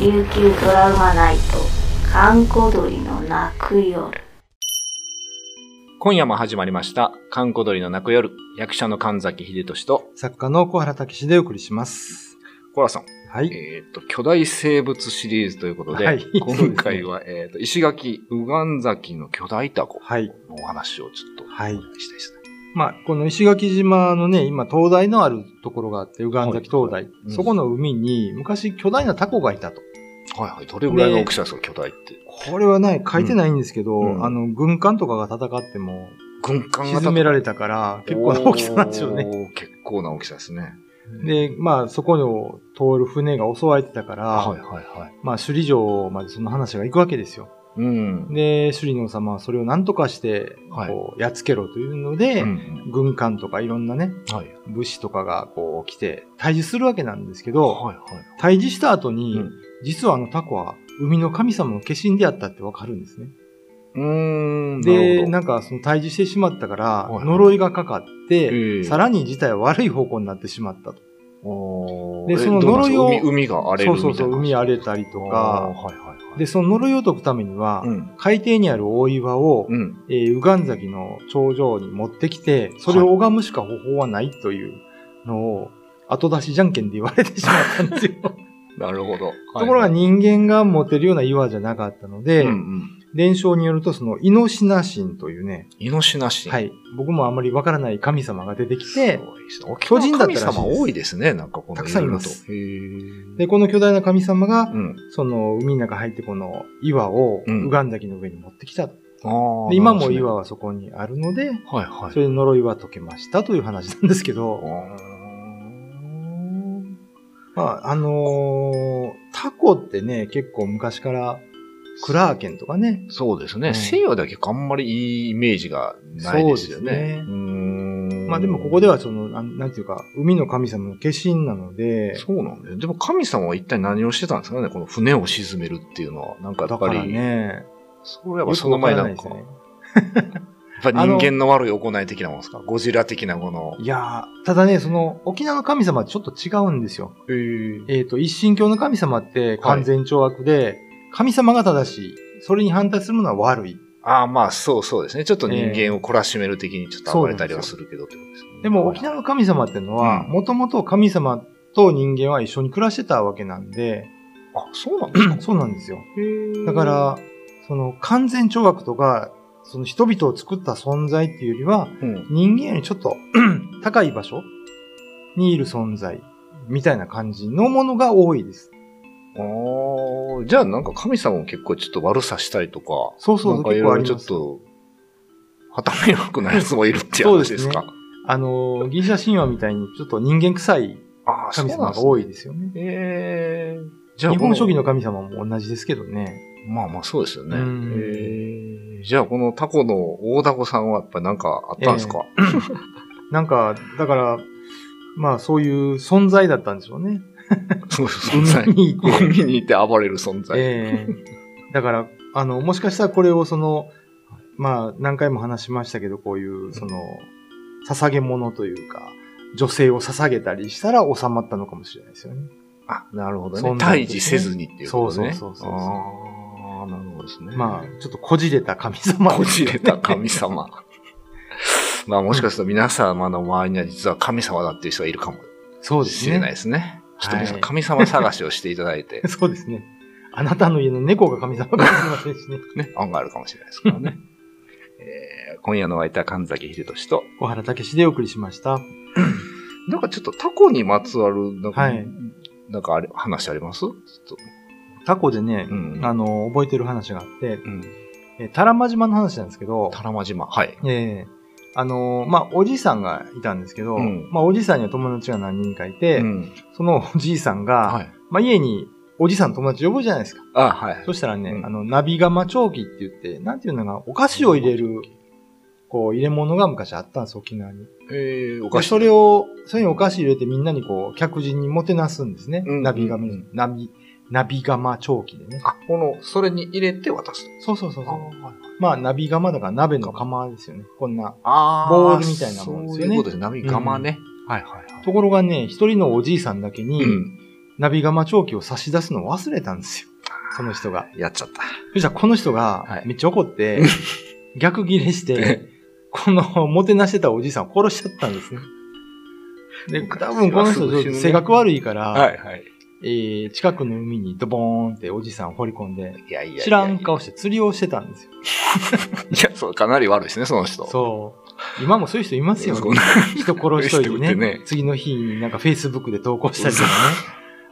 琉球ドラマナイト閑古鳥の泣く夜今夜も始まりました、観光鳥の泣く夜、役者の神崎秀俊と、作家の小原武史でお送りします。コラさん、はい。えっ、と、巨大生物シリーズということで、はい今回は、えっ、と、石垣、ウガンザキの巨大タコはい。のお話をちょっと、はいお願いしたいですね。まあ、この石垣島のね、今、灯台のあるところがあって、右岸崎灯台。うんそこの海に、昔巨大なタコがいたと。はいはい、どれぐらいの大きさですか、巨大って。これはね、書いてないんですけど、うんあの、軍艦とかが戦っても、軍艦が沈められたから、結構な大きさなんでしょうね。ね。結構な大きさですね。で、まあ、そこを通る船が襲われてたから、はいはいはい。まあ、首里城までその話が行くわけですよ。うん。で、首里の王様はそれを何とかして、はいこう、やっつけろというので、うん軍艦とかいろんなね、うんはい。武士とかがこう来て退治するわけなんですけど、はいはい。退治した後に、うん実はあのタコは海の神様の化身であったってわかるんですね。うーん。で、なるなんかその退治してしまったからいはい、呪いがかかって、ええさらに事態は悪い方向になってしまったと。ほど。でおーそのえどうなん呪でいをすか海海が荒れるそみたいなうそうそう、海荒れたりとあーか、はいはいはい。で、その呪いを解くためには、うん。海底にある大岩を、うん。えー、ウガンザキの頂上に持ってきて、それを拝むしか方法はないというのを、後出しじゃんけんで言われてしまったんですよ。 なるほど。ところがはい人間が持てるような岩じゃなかったので、うんうん。伝承によるとその、イノシナ神というね、イノシナシン。はい、僕もあんまりわからない神様が出てきすごいでて、すね。巨人だったらしいです神様多いですね、なんかこのたくさんいますろろと。へで、この巨大な神様がー、うん。その、海の中入ってこの岩を、うんウガンダキの上に持ってきたと。あーで今も。なるほ岩はそこにあるので、どねはいはいそ。れで呪いは解けましたという話なんですけど、まあ、あのータコってね、結構昔から、クラーケンとかね、そうですね。うん西洋だけあんまりいいイメージがないですよそうですねね。うーんまあでもここではその、なんなんていうか、海の神様の化身なので、そうなんです。でも神様は一体何をしてたんですかねこの船を沈めるっていうのは。なんかやだっぱからり、ね、それはその前なんよくか、わらいやですよねっぱり人間の悪い行い的なもんですかゴジラ的なもの。いやーただね、その、沖縄の神様はちょっと違うんですよ。えーえっ、と、一神教の神様って完全懲悪で、神様が正しい。それに反対するものは悪い。ああ、まあ、そうそうですね。ちょっと人間を懲らしめる的にちょっと暴れたりはするけどってことですね。でも、沖縄の神様ってのは、うんもともと神様と人間は一緒に暮らしてたわけなんで、あ、そうなんですかそうなんですよ。だか、へーら、その、完全懲悪とか、その人々を作った存在っていうよりは、うん。人間よりちょっと 高い場所にいる存在みたいな感じのものが多いです。ああ、じゃあなんか神様も結構ちょっと悪さしたりとか、そうそうなそんう、かい結ろ構いあろちりょまっす。と、頭良くなやつもいるっていう話ですか。そうあの、ギリシャ神話みたいにちょっと人間臭いああ、そう神な様んでがすね多いですよね。ええじゃあ日この、本将棋の神様も同じですけどね。まあまあそうですよね。うんええじゃあこのタコの大ダコさんはやっぱなんかあったんですか、なんか、だから、まあそういう存在だったんでしょうね。そうそう、存在 海。にいて。海にいて暴れる存在。ええだから、あの、もしかしたらこれをその、まあ、何回も話しましたけど、こういう、その、捧げ物というか、女性を捧げたりしたら収まったのかもしれないですよね。あ、なるほどね。存在退として治せねずにっていうことね。そうそうそうそうああ、なるほどですね。まあ、ちょっとこじれた神様。こじれた神。様。まあもしかすると皆様の周りには実は神様だっていう人がいるかも そうですしね。れないですね。ちょっと皆さはんい神様探しをしていただいて、そうですね。あなたの家の猫が神様かもしれませんしね。 ね、案があるかもしれないですからね。えー今夜のお相手は神崎秀俊と、小原武史でお送りしました。なんかちょっとタコにまつわる、なんか、はいなんかあれ、話ありますちょっと。タコでね、うんあの、覚えてる話があって、うん。え、タラマ島の話なんですけど、タラマ島。はい。ええあのーまあ、おじいさんがいたんですけど、うんまあ、おじいさんには友達が何人かいて、うん。そのおじいさんが、はい。まあ、家におじいさんの友達呼ぶじゃないですか。あ、はいそ。したらね、うんあの、ナビガマチョウキって言って、なんていうのが、お菓子を入れる、こう、入れ物が昔あったんです、沖縄に。えー、おで菓子。それを、それにお菓子入れてみんなにこう、客人にもてなすんですね。うんナビガマ、うんナビ、ナビガマチョウキでね。あ、この、それに入れて渡す。そうそうそうそう。はい。まあ、ナビガマだから鍋の釜ですよね。こんな。あボールみたいなもんですよねそういうことです。波釜ね。はいはいはい。ところがね、一人のおじいさんだけに、うん。ナビガ長期を差し出すのを忘れたんですよ。その人が。やっちゃった。そしたらこの人はがいめっちゃ 怒って、逆ギレして、このもてなしてたおじいさんを殺しちゃったんですね。で、多分この人ちょっと性格悪いから、はいはい。えー近くの海にドボーンっておじさんを掘り込んで、いやいやいや知らん顔して釣りをしてたんですよ。いや、そう、かなり悪いですね、その人。そう。今もそういう人いますよそんね。な人殺しといて人撃っね。てね次の日になんか Facebook で投稿したりとかね。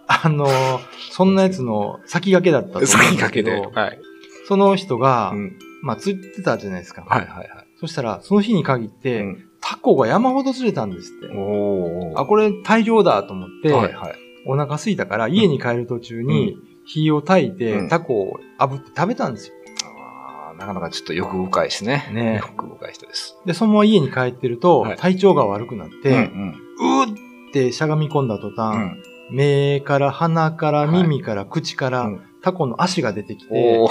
あのー、そんなやつの先駆けだったと思うん先です駆けけど、で。はい。その人が、うんまあ釣ってたじゃないですか。はいはいはそしたら、その日に限って、い。うんタコが山ほど釣れたんですって。おーあ、これ大量だと思って、はいはい。お腹空いたから家に帰る途中に火を焚いて、うんタコを炙って食べたんですよ。あーなかなかちょっと欲深いですね。ね欲深い人です。で、そのまま家に帰ってるとはい体調が悪くなって、うんうーってしゃがみ込んだ途うんう端、ん目から鼻からはい耳から口から、うんタコの足が出てきてお、ー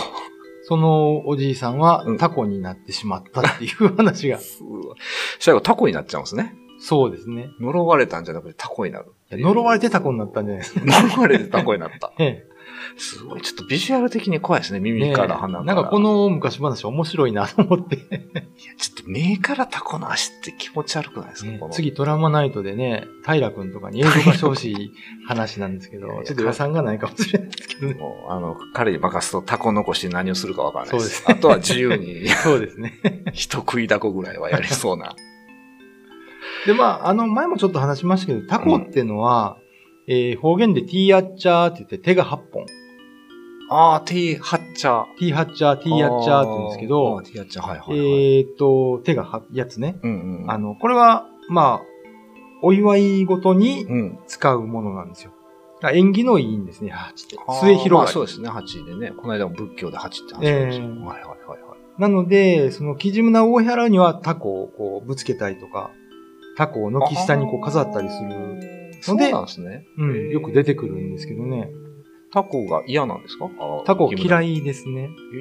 そのおじいさんはうんタコになってしまったっていう 話が。うわ最後タコになっちゃうんですね。そうですね。呪われたんじゃなくてタコになる。いや呪われて、てタコになったんじゃないですか。呪われてタコになった。ねすごい。ちょっとビジュアル的に怖いですね。ね耳から鼻から。なんかこ、の昔話面白いなと思っ て。ちょっと目からタコの足って気持ち悪くないですか、ねこの 次、トラウマナイトでね、平君とかに映像化してほしい話なんですけどいやい、やちょっと予算がないかもしれないですけどね。もう、あの、彼に任すとタコ残し何をするかわからないです。そうですあとは自由に そうですね。人食いタコぐらいはやりそうな。 で、まあ、あの、前もちょっと話しましたけど、タコっていうのは、えー方言でティーアッチャーって言って手が8本。あー、ティーハッチャー。ティーハッチャー、ティーアッチャーって言うんですけあどー、ティーハッチャー、はいはい、はい。えーっと、手が8つね。うんうん。あの、これは、まあ、お祝いごとにうん。使うものなんですよ。だから縁起のいいんですね、8って。あー末広まがあり。そうですね、8でね。この間も仏教で8って話しましたえよ。ーはいはいはいはい。なので、その、キジムナ大原にはタコをこうぶつけたりとか、タコを軒下にこう飾ったりする、るそうなんですね。うん、よく出てくるんですけどね。タコが嫌なんですかタコ嫌い。いですね。え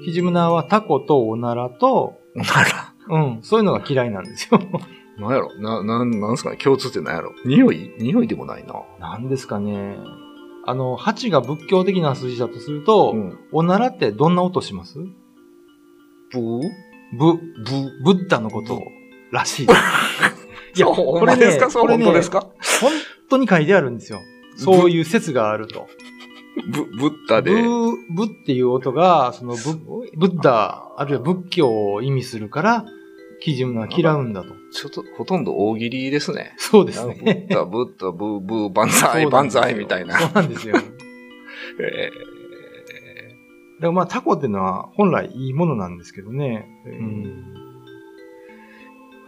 ーキジムナはタコとおならと、 なら、うん、そういうのが嫌いなんで すよ。なんやろな、なん、なんすかね共通ってなんやろ匂い匂いでもないな。なんですかね。あの、8が仏教的な数字だとすると、うん。おならってどんな音しますブーブ、ブー。ブッダのことらしい です。いやそうほこんれまねですかそう、これ本ね当ですか本当に書いてあるんですよ。そういう説があると。ブ、ブッダブで。ー、ブっていう音が、そのブすごいブッダ、あるいは仏教を意味するから、キジムナは嫌うんだと。ちょっと、ほとんど大喜利ですね。そうでブすッね。ダ、ブッダ、ブー、ブー、バンそうザなんですイ、よバンザイみたいな。そうなんですよ。だかえらまあタコっていうのは本来いいものなんですけどね。ー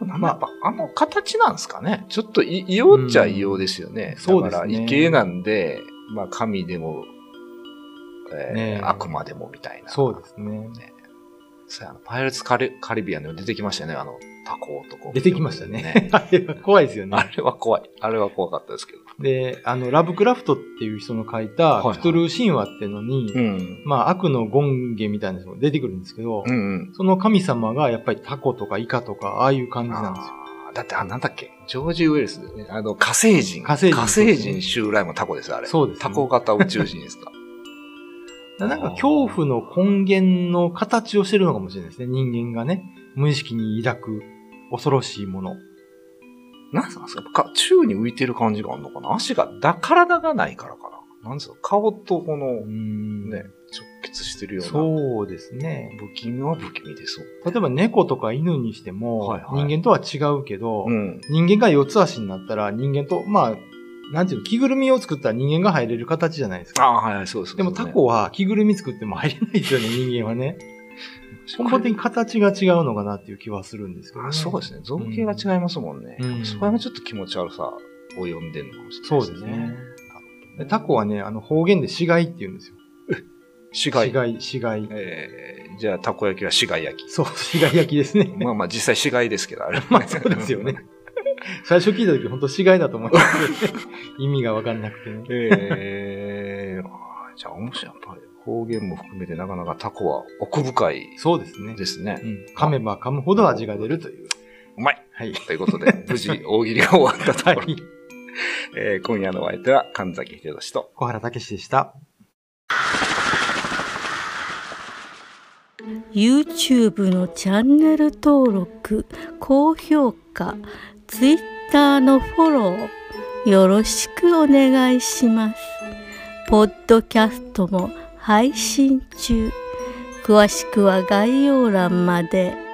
うん。なんままあ、あやっぱあの形なんですかね。ちょっとい異様っちゃ異様ですよね。うんそうだですねから、異形なんで、まあ、神でも、ねええー、悪魔でもみたいな。そうですね。そうやあのパイレーツカリカリビアンでも出てきましたよね、あの、タコ男。出てきましたね。。 あれは怖いですよあね。れは怖い。あれは怖かったですけど。で、あの、ラブクラフトっていう人の書いはたいはいクトゥルー神話っていうのに、ん。まあ悪の権下みたいなのも出てくるんですけど、うんうん。その神様がやっぱりタコとかイカとか、ああいう感じなんですよ。あーだって、あ、なんだっけ、ジョージ・ウェルス、あの、火星人。火星人火星人襲来もタコです、あれ。そうですねタコ型宇宙人ですか。だからなんか恐怖の根源の形をしてるのかもしれないですね。人間がね、無意識に抱く恐ろしいもの。なんなんですかか宙に浮いてる感じがあるのかな足が、だ、体がないからかな。なんですか顔とこの、うね、ーん直結してるような。そうですね。不気味は不気味ですよ。例えば猫とか犬にしても、はいはい人間とは違うけど、ん。人間が四つ足になったら人間と、まあ、なんていうの、着ぐるみを作ったら人間が入れる形じゃないですあか。あ、はいはい、そうです。でもタコは着ぐるみ作っても入れないですよね、人間はね。根本的に形が違うのかなっていう気はするんですけど、あそうですね。造形が違いますもんね。うんそこがちょっと気持ち悪さを呼んでるのかもしれないそうですね。でタコははね、あの方言で死骸って言うんですよ。死骸。死骸、死骸。えーじゃあ、たこ焼きは死骸焼そう、 死骸焼きですね き。。まあまあ、実際死骸ですけど、あれ。 まあそうですよね。。最初聞いた時本当死骸だと思いますけどね意味がわかんなくてね。えー、あーじゃあ、面白い。やっぱり方言も含めて、なかなかタコは奥深いそうですね。ですねう。ん、噛めば噛むほど味が出るという。うまいはい。ということで、無事、大喜利が終わったとこ はろ。い。えー今夜のお相手は神崎秀俊と、小原武史でした。 YouTube のチャンネル登録高評価 Twitter のフォローよろしくお願いしますポッドキャストも配信中詳しくは概要欄まで。